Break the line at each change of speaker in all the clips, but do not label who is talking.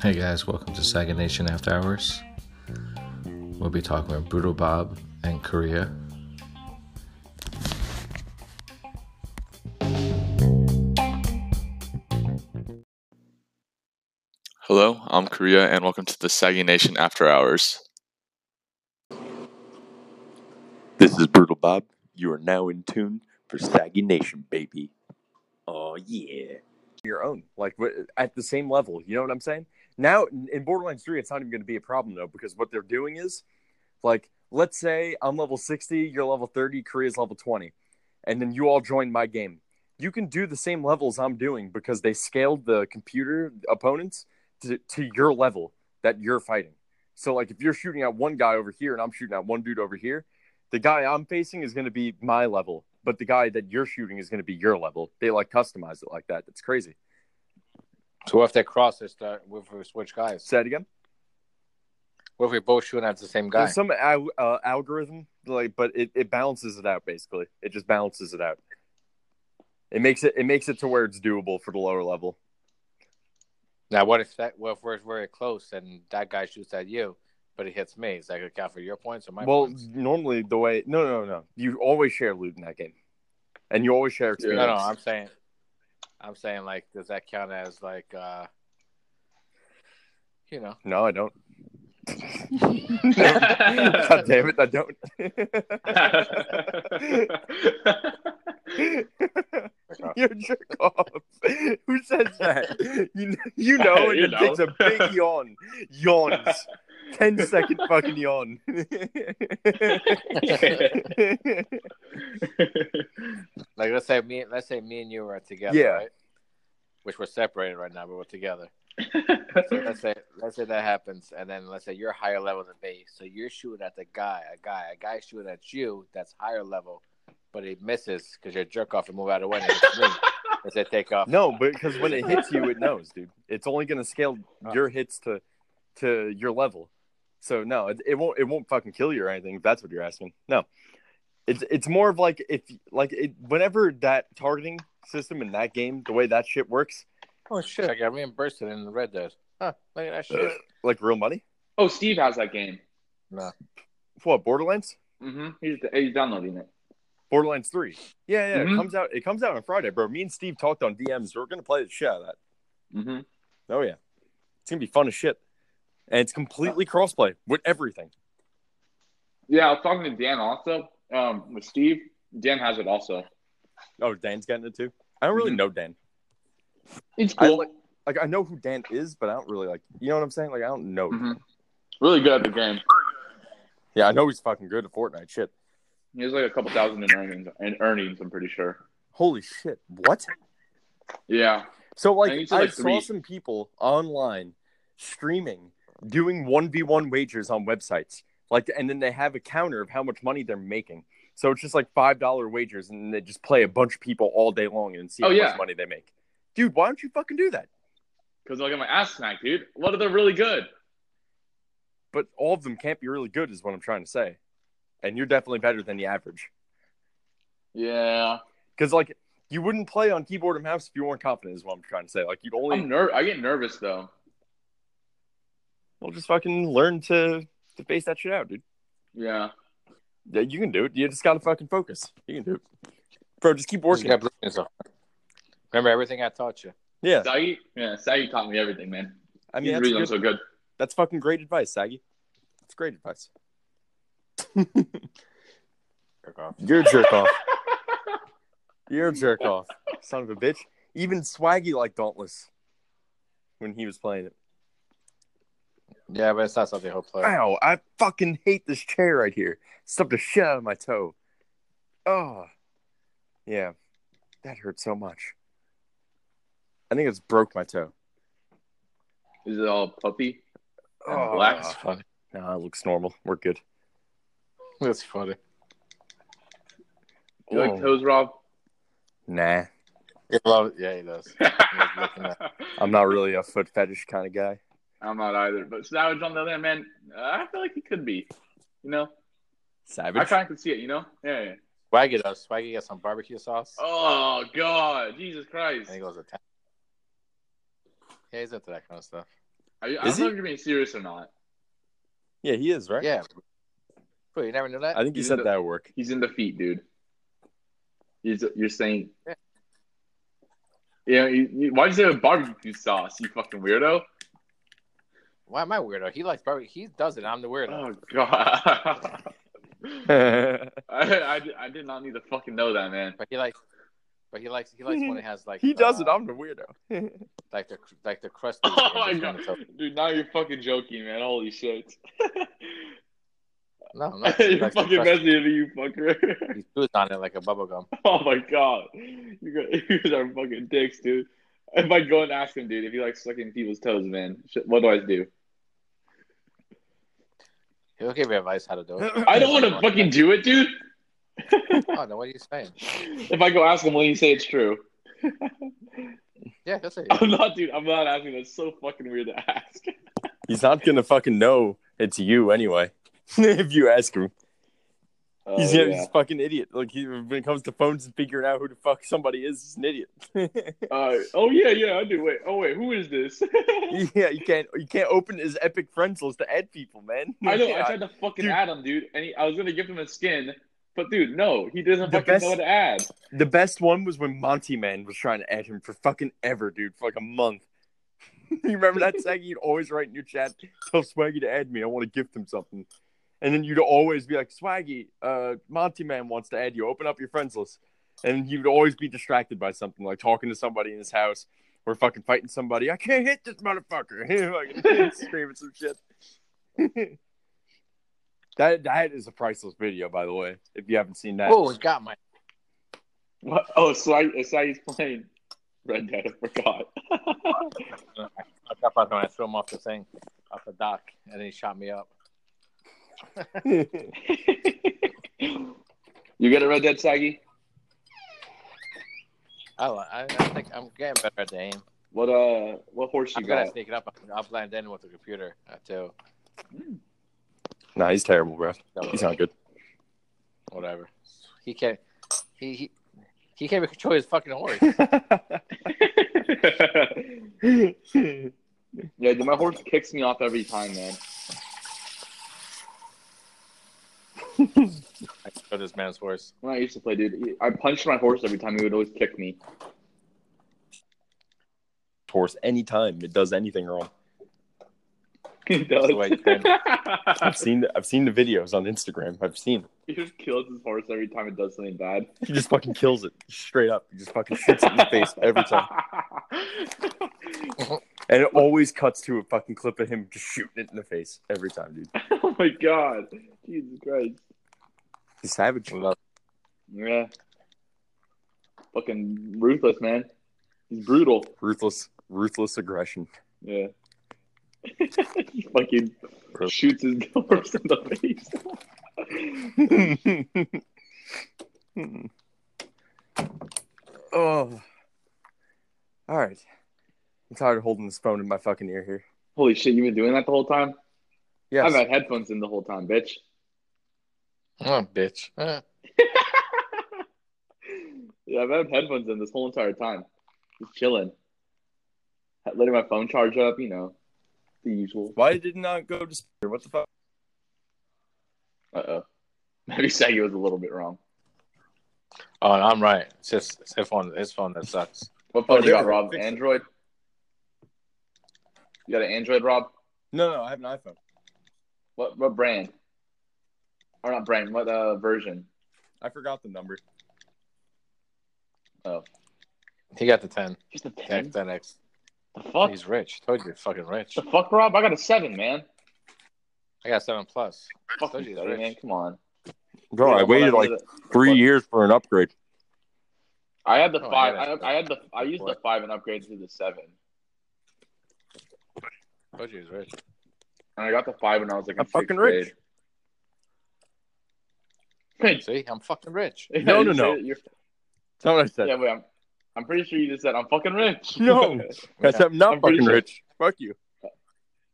Hey guys, welcome to Saga Nation After Hours. We'll be talking with Brutal Bob and Korea.
Hello, I'm Korea, and welcome to the Saggy Nation After Hours.
This is Brutal Bob. You are now in tune for Saggy Nation, baby. Oh yeah.
your own, like wh- at the same level. You know what I'm saying? Now in in Borderlands 3, it's not even going to be a problem though, because what they're doing is, like, let's say I'm level 60, you're level 30, Korea's level 20, and then you all join my game. You can do the same levels I'm doing because they scaled the computer opponents to, to your level that you're fighting. So, like, if you're shooting at one guy over here and I'm shooting at one dude over here, the guy I'm facing is going to be my level, but the guy that you're shooting is going to be your level. They like customize it like that. That's crazy.
So if they cross, they start. If we switch guys,
Say it again.
what if we both shoot at the same guy?
There's some al- uh, algorithm, like, but it, it balances it out basically. It just balances it out. It makes it it makes it to where it's doable for the lower level.
Now, what if that? What if we're very close and that guy shoots at you, but he hits me? Is that gonna count for your points or my
well,
points?
normally the way no no no you always share loot in that game, and you always share experience.
No, no, I'm saying, I'm saying like, does that count as like, uh you know?
No, I don't. God damn it, I don't. You're a jerk off. Who says that? You know, you know and
You
it
know.
takes a big yawn. Yawns. 10 second fucking yawn.
Like, let's say me, let's say me and you are together,
Yeah.
right? Which we're separated right now, but we're together. So let's say let's say that happens, and then let's say you're higher level than me. So you're shooting at the guy, a guy, a guy shooting at you that's higher level, but he misses because you're a jerk off and move out of the way. And it's me. As they take off,
no, because when it hits you, it knows, dude. It's only going to scale
Oh.
your hits to to your level. So no, it, it won't it won't fucking kill you or anything if that's what you're asking. No. It's it's more of like if like it, whenever that targeting system in that game, the way that shit works,
oh shit, I got reimbursed it in the red does. Huh? Look at that shit.
Uh, like real money.
oh, Steve has that game.
What Borderlands?
hmm He's, he's downloading it.
Borderlands Three. Yeah, yeah. It
Mhm.
comes out. It comes out on Friday, bro. Me and Steve talked on DMs. We're gonna play the shit out of that.
hmm
Oh yeah, it's gonna be fun as shit, and it's completely crossplay with everything.
Yeah, I was talking to Dan also. Um, with Steve, Dan has it also.
Oh, Dan's getting it too. I don't really
Mhm.
know Dan.
It's
I
cool.
like, like I know who Dan is, but I don't really like. You know what I'm saying? Like I don't know.
Mhm. Really good at the game.
Yeah, I know he's fucking good at Fortnite. Shit.
He has like a couple thousand in earnings. In earnings, I'm pretty sure.
Holy shit. What?
Yeah.
So
And
like
he's
I
at, like,
saw
three.
some people online streaming doing one v one wagers on websites, like, and then they have a counter of how much money they're making. So it's just like five dollar wagers, and they just play a bunch of people all day long and see
Oh,
how
yeah.
much money they make. Dude, why don't you fucking do that?
Because I'll get my ass smacked, dude. What if they're really good?
But all of them can't be really good, is what I'm trying to say. And you're definitely better than the average,
Yeah.
because like you wouldn't play on keyboard and mouse if you weren't confident, is what I'm trying to say. Like you'd only
I'm ner- I get nervous though.
well just fucking learn to to face that shit out, dude.
Yeah.
Yeah, you can do it. You just gotta fucking focus. You can do it, bro. Just keep
Just
working.
gotta believe in yourself. Remember everything I taught you.
Yeah,
Saggy, yeah, Saggy taught me everything, man.
I
He's
mean
the
that's,
reason I'm
good,
so good.
that's fucking great advice, Saggy. That's great advice.
Jerk off.
You're a jerk off. You're a jerk off, son of a bitch. Even Swaggy liked Dauntless when he was playing it.
Yeah, but it's not something he'll play.
Wow, I fucking hate this chair right here. Stubbed the shit out of my toe. Oh, yeah, that hurt so much. I think it's broke my toe.
Is it all puppy? And
Oh,
black.
That's funny.
nah, it looks normal. We're good.
That's funny.
You like
Oh.
toes, Rob?
Nah.
He loves, yeah, he does. looking at-
I'm not really a foot fetish kind of guy.
I'm not either. But Savage on the other hand, man, I feel like he could be. You know? I
Savage.
kind of could see it, you know? Yeah, yeah.
Swaggy does. Swaggy gets some barbecue sauce.
Oh, God. Jesus Christ.
And he goes to town. Yeah, he's into that kind of stuff.
Are you, I
Is
don't know
he?
if you're being serious or not.
Yeah, he is, right?
Yeah. Bro, you never knew that?
I think he
He's
said
in the-
that at work.
He's in defeat, dude. He's you're saying.
Yeah.
Yeah, you, you, why'd you say with barbecue sauce? You fucking weirdo!
Why am I weirdo? He likes barbecue. He does it. I'm the weirdo.
Oh god,
he
I, I, did- I did not need to fucking know that, man.
But he likes, but he likes, he likes when it has like
does it.
uh,
I'm the weirdo.
like the like the crust.
Oh my god, dude! Now you're fucking joking, man. Holy shit!
No, I'm not. He
you're
likes the
fucking
crust.
messing with me, you fucker.
He chews on it like a bubble gum.
Oh my god, you guys you guys are fucking dicks, dude. If I go and ask him, dude, if he likes sucking people's toes, man, shit, what do I do?
He'll give you advice how to do it.
I don't want to fucking do it, dude.
Oh no, what are you saying?
If I go ask him, will he say it's true?
Yeah, that's it.
I'm not, dude. I'm not asking. That's so fucking weird to ask.
He's not gonna fucking know it's you anyway. if you ask him,
Oh,
he's,
yeah.
he's a fucking idiot. Like he, when it comes to phones and figuring out who the fuck somebody is, he's an idiot.
Uh, oh yeah, yeah. I do. Wait. Oh wait. Who is this?
yeah, you can't you can't open his epic friends list to add people, man.
I know. I
Yeah.
tried to fucking
Dude.
add him, dude. And he, I was gonna give him a skin, but dude, no, he doesn't
The
fucking
best-
know what to add.
The best one was when Monty Man was trying to add him for fucking ever, dude, for like a month. you remember that Saggy? You'd always write in your chat, tell Swaggy to add me. I want to gift him something. And then you'd always be like, Swaggy, uh, Monty Man wants to add you. Open up your friends list. And you'd always be distracted by something, like talking to somebody in his house or fucking fighting somebody. I can't hit this motherfucker. Fucking screaming some shit. that that is a priceless video, by the way, if you haven't seen that.
Oh, it got my.
What? Oh, so I, so he's playing Red Dead. I forgot.
I got my- when I threw him off the thing, off the dock, and he shot me up.
you get a Red Dead, Saggy?
I, li- I, I think I'm getting better at the aim.
What uh, what horse
I'm
you
gonna
got?
sneak it up. I'll blend in with the computer uh, too.
Nah, he's terrible, bro.
So,
He's not good.
whatever. He can't. He he. He can't even control his fucking horse.
yeah, dude, my horse kicks me off every time, man.
I control this man's horse.
When I used to play, dude, I punched my horse every time. He would always kick me.
Horse anytime it does anything wrong.
He does.
the way you train
I've seen the, I've seen the videos on Instagram. I've seen it.
he just kills his horse every time it does something bad.
he just fucking kills it straight up. He just fucking shoots it in the face every time, and it always cuts to a fucking clip of him just shooting it in the face every time, dude.
oh my god, Jesus Christ!
He's savage.
Yeah, fucking ruthless, man. He's brutal.
Ruthless, ruthless aggression.
Yeah. he fucking shoots his horse in the face.
oh, all right. I'm tired of holding this phone in my fucking ear here.
Holy shit, you've been doing that the whole time?
Yes.
I've had headphones in the whole time, bitch.
Oh, bitch. Eh.
yeah, I've had headphones in this whole entire time. Just chilling. Letting my phone charge up, you know, the usual.
Why did it not go to speaker? What the fuck?
Uh oh. Maybe Saggy was a little bit wrong.
Oh, no, I'm right. It's just it's his phone. His phone that sucks.
What
Oh,
phone you got,
yeah.
Rob? Android? You got an Android, Rob?
No, no, I have an iPhone.
What what brand? Or not brand, what uh, version?
I forgot the number.
He got the ten.
Just a
Ten,
10?
ten X.
The fuck?
He's rich. Told you, fucking rich.
The fuck, Rob? I got a 7, man.
I got seven plus.
Fuck
Told
you,
you he's
seven,
rich.
man. Come on.
Bro, I
Yeah,
waited
well,
like
that's-
three
what-
years for an upgrade.
I had the
Oh, I
five.
got it.
I, I had the. I used the
What?
five and upgraded to the seven.
Told you he's rich.
And I got the five when I was like, in
I'm fucking
sixth
rich.
grade.
See, I'm fucking rich.
Wait,
No,
you
no, no.
said you're-
That's not what I said.
Yeah, wait. I'm, I'm pretty sure you just said I'm fucking rich.
No. I said I'm not
I'm pretty
fucking
sure-
rich. Fuck you.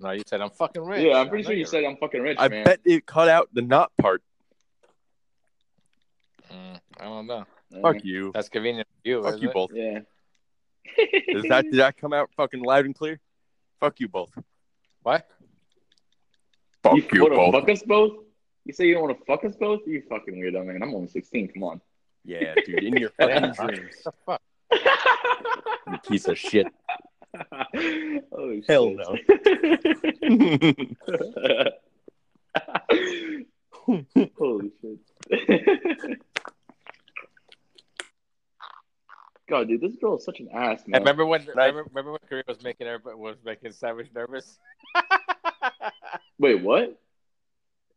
No, you said I'm fucking rich.
yeah, I'm
I
pretty
know
sure you
you're
said I'm fucking rich,
I
man.
bet it cut out the not part.
rich. Mm, I don't know.
Yeah.
Fuck you.
That's convenient for you.
Fuck
is
you
it?
both.
Yeah.
Is that did that come out fucking loud and clear? Fuck you both.
What?
Fuck
you
you,
want to
both.
fuck us both? You say you don't want to fuck us both? You fucking weirdo, man. I'm only 16. Come on.
Yeah, dude, in your fucking dreams. You piece of shit.
oh,
Hell
no. Holy shit. God, dude, this girl is such an ass,
I
man.
remember when remember, remember when Korea was making everybody was making Savage nervous.
Wait, what?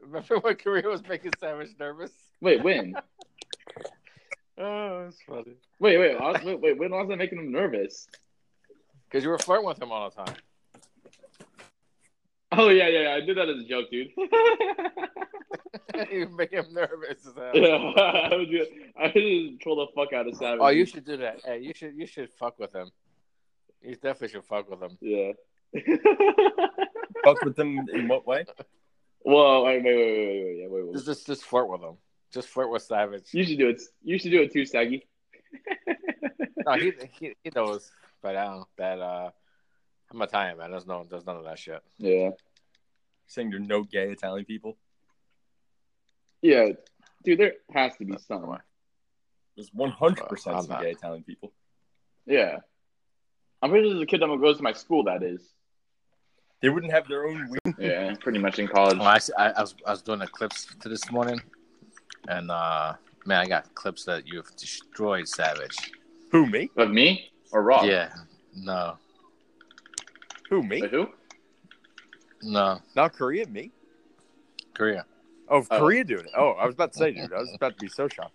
remember when Korea was making Savage nervous?
Wait, when?
Oh, it's funny.
Wait, wait, I was, wait, wait, when was I making him nervous?
Because you were flirting with him all the time.
Oh, yeah, yeah, yeah, I did that as a joke, dude.
you make him nervous. as hell.
yeah, I would do I would troll the fuck out of Savage.
Oh, you should do that. Hey, you should you should fuck with him. You definitely should fuck with him.
Yeah.
Fuck with them in what way?
Whoa, wait, wait, wait, wait, wait, wait, yeah, wait, wait.
Just just, just flirt with him. Just flirt with Savage.
You should do it. You should do it too, Saggy.
No, he he, he knows by now that uh, I'm Italian man. There's no there's none of that shit.
Yeah.
Saying you're no gay Italian people.
Yeah. Dude, there has to be some.
There's 100%
I'm
some
not.
gay Italian people.
Yeah. I'm pretty sure there's a kid that goes to my school that is.
They wouldn't have their own. weird-
Yeah, pretty much in college.
Well, I, I, I was I was doing the clips to this morning, and uh, man, I got clips that you have destroyed Savage.
Who me?
Of me or Rob?
Yeah, no,
Who me?
But who?
no,
Not Korea. Me?
Korea.
Oh,
Oh.
Korea doing it. Oh, I was about to say, dude. I was about to be so shocked.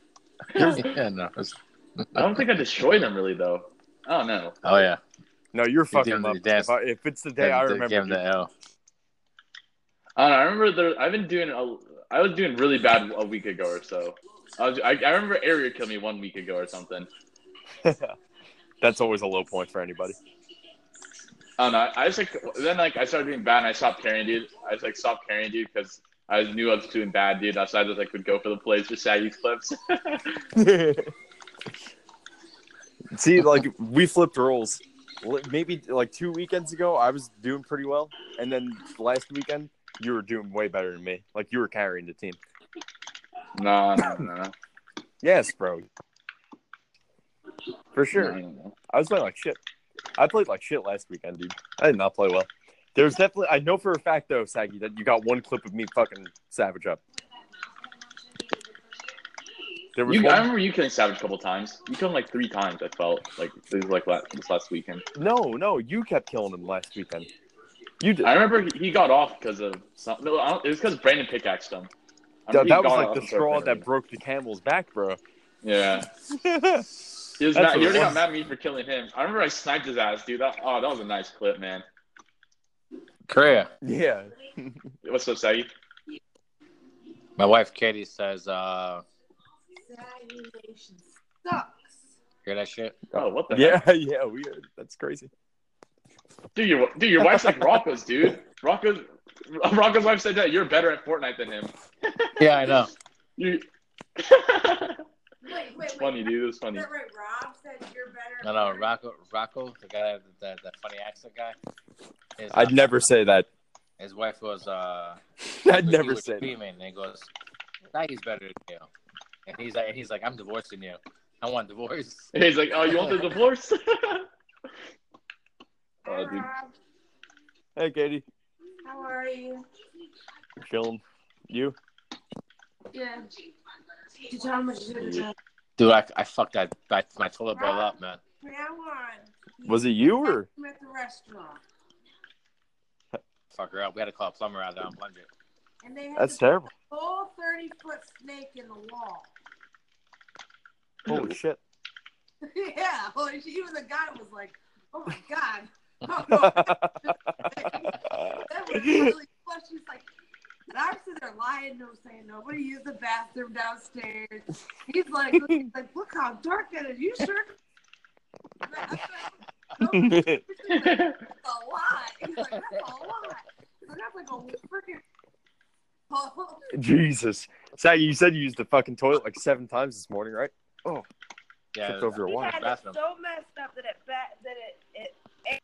yeah, no. it's-
I don't think I destroyed him really though. I don't know.
Oh yeah,
No, you're fucking
doing the
loving.
dance.
If, I- if it's the day I
They
remember,
Gave him
dude.
the L.
I don't know. I remember there. I've been doing. A, I was doing really bad a week ago or so. I, was, I, I remember Area killed me one week ago or something.
that's always a low point for anybody.
I don't know. I just like then like I started doing bad and I stopped caring, dude. I just like stopped caring, dude, because I knew I was doing bad, dude. So I just like would go for the plays for Saggy's clips.
See, like we flipped roles. Li- Maybe like two weekends ago, I was doing pretty well, and then last weekend you were doing way better than me. Like you were carrying the team.
no, no, no, no.
Yes, bro. For sure.
No, no, no.
I was playing like shit. I played like shit last weekend, dude. I did not play well. There's definitely I know for a fact though, Saggy, that you got one clip of me fucking savage up. There was
You, I
one,
remember you killing Savage a couple times. You killed him like three times. I felt like this is like last, this last weekend.
no, no, you kept killing him last weekend. You did.
I remember he, he got off because of something. No, I don't- it was because Brandon pickaxed him. I
That,
remember he
that was
got
like
off
the
for a
straw
fair
that
reason.
broke the camel's back, bro.
Yeah, he was
That's
mad.
what
He
it
already
was.
got mad at me for killing him. I remember I sniped his ass, dude. That, oh, that was a nice clip, man.
Korea.
yeah.
What's up, Saggy?
My wife Katie says, uh,
Examination sucks.
hear that shit?
Oh, what the? heck?
Yeah, yeah, we that's crazy.
Dude, your dude, your wife's like Rocco's, dude. Rocco's Rocco's wife said that you're better at Fortnite than him.
Yeah, I know.
You.
Wait, wait, wait.
it's funny, dude. It's
Is
funny.
that right? Rob said you're better.
No, no, Rocco, Rocco, the guy that that, that funny accent guy. His, uh,
I'd never say that.
His wife was uh.
I'd
he
never
was
say that.
screaming and he goes, Maggie's better than you. And he's like, he's like, I'm divorcing you. I want divorce.
And he's like, oh, you want the divorce?
Hi,
Oh, dude.
Rob.
Hey Katie.
How are you?
Chillin'. You?
Yeah. Did you tell him what you did to
Dude, I, I fucked that that my toilet bowl up, man.
From now on.
Was it you or
I'm at the restaurant.
Fuck her up. We had to call a plumber out there on plunge it.
And they had
that's
the
terrible.
whole 30 foot snake in the wall.
Holy shit.
yeah. Well, she, even the guy was like, oh my God. Oh, no.
That's
that was really flush. She's like, and I'm sitting there lying to him, saying nobody used the bathroom downstairs. He's like, he's like, look how dark that is. You sure? I'm like, "No, that's a lie. He's like, that's a lie. He's like, that's like a freaking. Oh. hole."
Jesus. Sag, you said you used the fucking toilet like seven times this morning, right?
Yeah,
Tripped over a
We
wire.
had it
bathroom.
so messed up that it ba- that it, it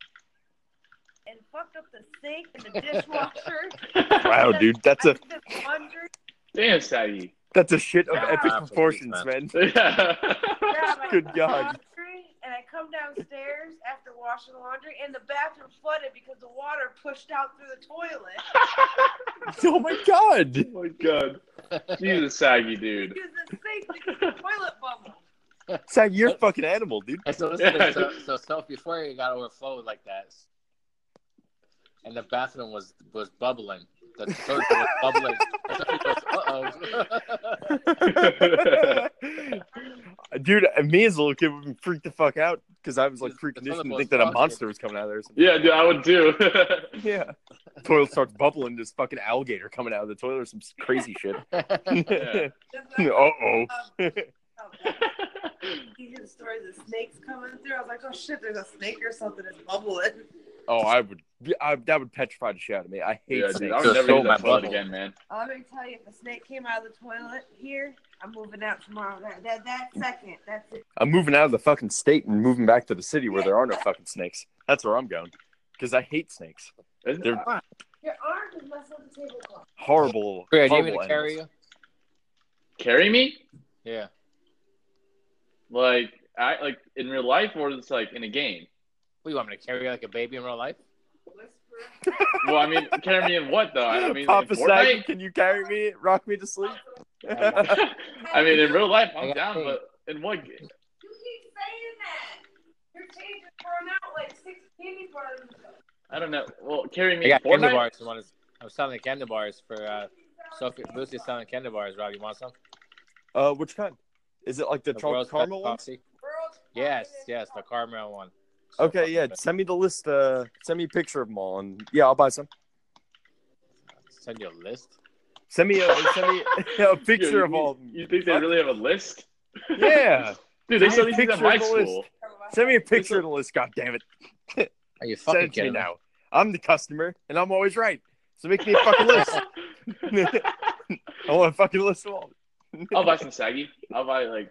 and fucked up the sink and the dishwasher.
Wow, dude, that's a
I just wondered,
Damn, Oh Saggy.
that's a shit of
Yeah,
epic
absolutely,
proportions, man.
yeah, my
Good God.
laundry, and I come downstairs after washing the laundry, and the bathroom flooded because the water pushed out through the toilet.
Oh my god.
Oh my god. Jesus, Saggy, dude.
Because the sink because the toilet bubble.
Zach, you're a fucking animal, dude.
And so,
Yeah.
so, so, so before it got overflowed like that, and the bathroom was was bubbling. The toilet was bubbling. Uh oh.
dude, me as a little kid would be freaked the fuck out because I was like
The
preconditioned
toilet
to
was
think that a
fucked.
monster was coming out of there. or something.
yeah, dude, I would too.
Yeah. Toilet starts bubbling, this fucking alligator coming out of the toilet or some crazy shit.
Yeah.
uh oh.
Oh, you hear the stories of snakes coming through. I was like, oh shit, there's a snake or something that's bubbling.
Oh, I would. I, that would petrify the shit out of me. I hate
yeah, dude, I
snakes.
would never
Stole
use
my
that flood
bubble.
again, man.
Oh, let me tell you, if a snake came out of the toilet here, I'm moving out tomorrow. That that, that second, that's it.
I'm moving out of the fucking state and moving back to the city where there are no fucking snakes. That's where I'm going because I hate snakes.
Isn't-
They're
Your arm is messing up the tablecloth.
horrible.
Priya, do you want me to
horrible animals.
carry you?
carry me?
Yeah.
Like, I like in real life, or it's like in a game.
What, you want me to carry you like a baby in real life?
Whisper.
Well, I mean, carry me in what though? Uh, I mean, in
Papa Sagan,
Fortnite.
can you carry me? Rock me to sleep.
I mean, in real life,
I
I'm
got
down,
paid.
but in what? ga-
You keep saying that. Your change is thrown out like six candy bars.
I don't know. Well, carry
I
me in
got candy
Fortnite.
bars. You want to, I'm selling candy bars for uh, Sophie. Lucy's selling candy bars. Rob, you want some?
Uh, which kind? Is it like the, chocolate
world's
caramel
best
one?
coffee.
World's
Yes,
finest
yes, the
chocolate.
caramel one. So
Okay,
fucking
yeah.
good.
Send me the list. Uh, send me a picture of them all, and yeah, I'll buy some.
Send you a list.
Send me a send me a picture
Yo,
of
you-
all. of 'em.
You think they really have a list?
Yeah.
Dude, they
I
sell
have
these things at
picture of
my
the
school.
Send me a picture of the list. God damn it.
Are you
Send
fucking
it to me
kidding me?
now. I'm the customer, and I'm always right. So make me a fucking list. I want a fucking list of all.
I'll buy some saggy. I'll buy like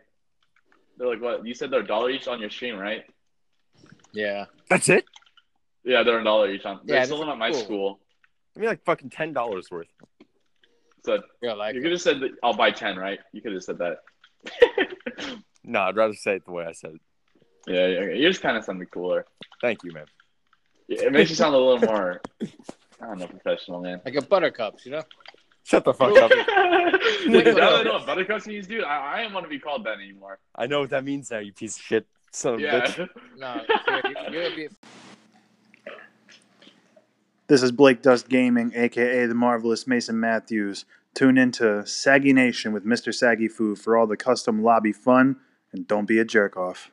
they're like what you said they're a dollar each on your stream, right?
Yeah.
That's it.
Yeah, they're a dollar each on.
Yeah,
They sold
that's
them at my
cool.
school.
Give me like fucking ten dollars worth.
So
Yeah, like
you could have said that I'll buy ten, right? You could have said that.
No, I'd rather say it the way I said it.
Yeah, yeah, yeah. you're just kind of something cooler.
Thank you, man.
Yeah, It makes you sound a little more. I don't know, professional man.
like a buttercups, you know?
Shut the fuck
Now
up.
that I know what buttercups means, dude, I, I don't want to be called that anymore.
I know what that means now, you piece of shit. Son of a
Yeah.
bitch.
No, you're, you're gonna be
This is Blake Dust Gaming, aka the marvelous Mason Matthews. Tune into Saggy Nation with Mr. Saggy Foo for all the custom lobby fun, and don't be a jerk off.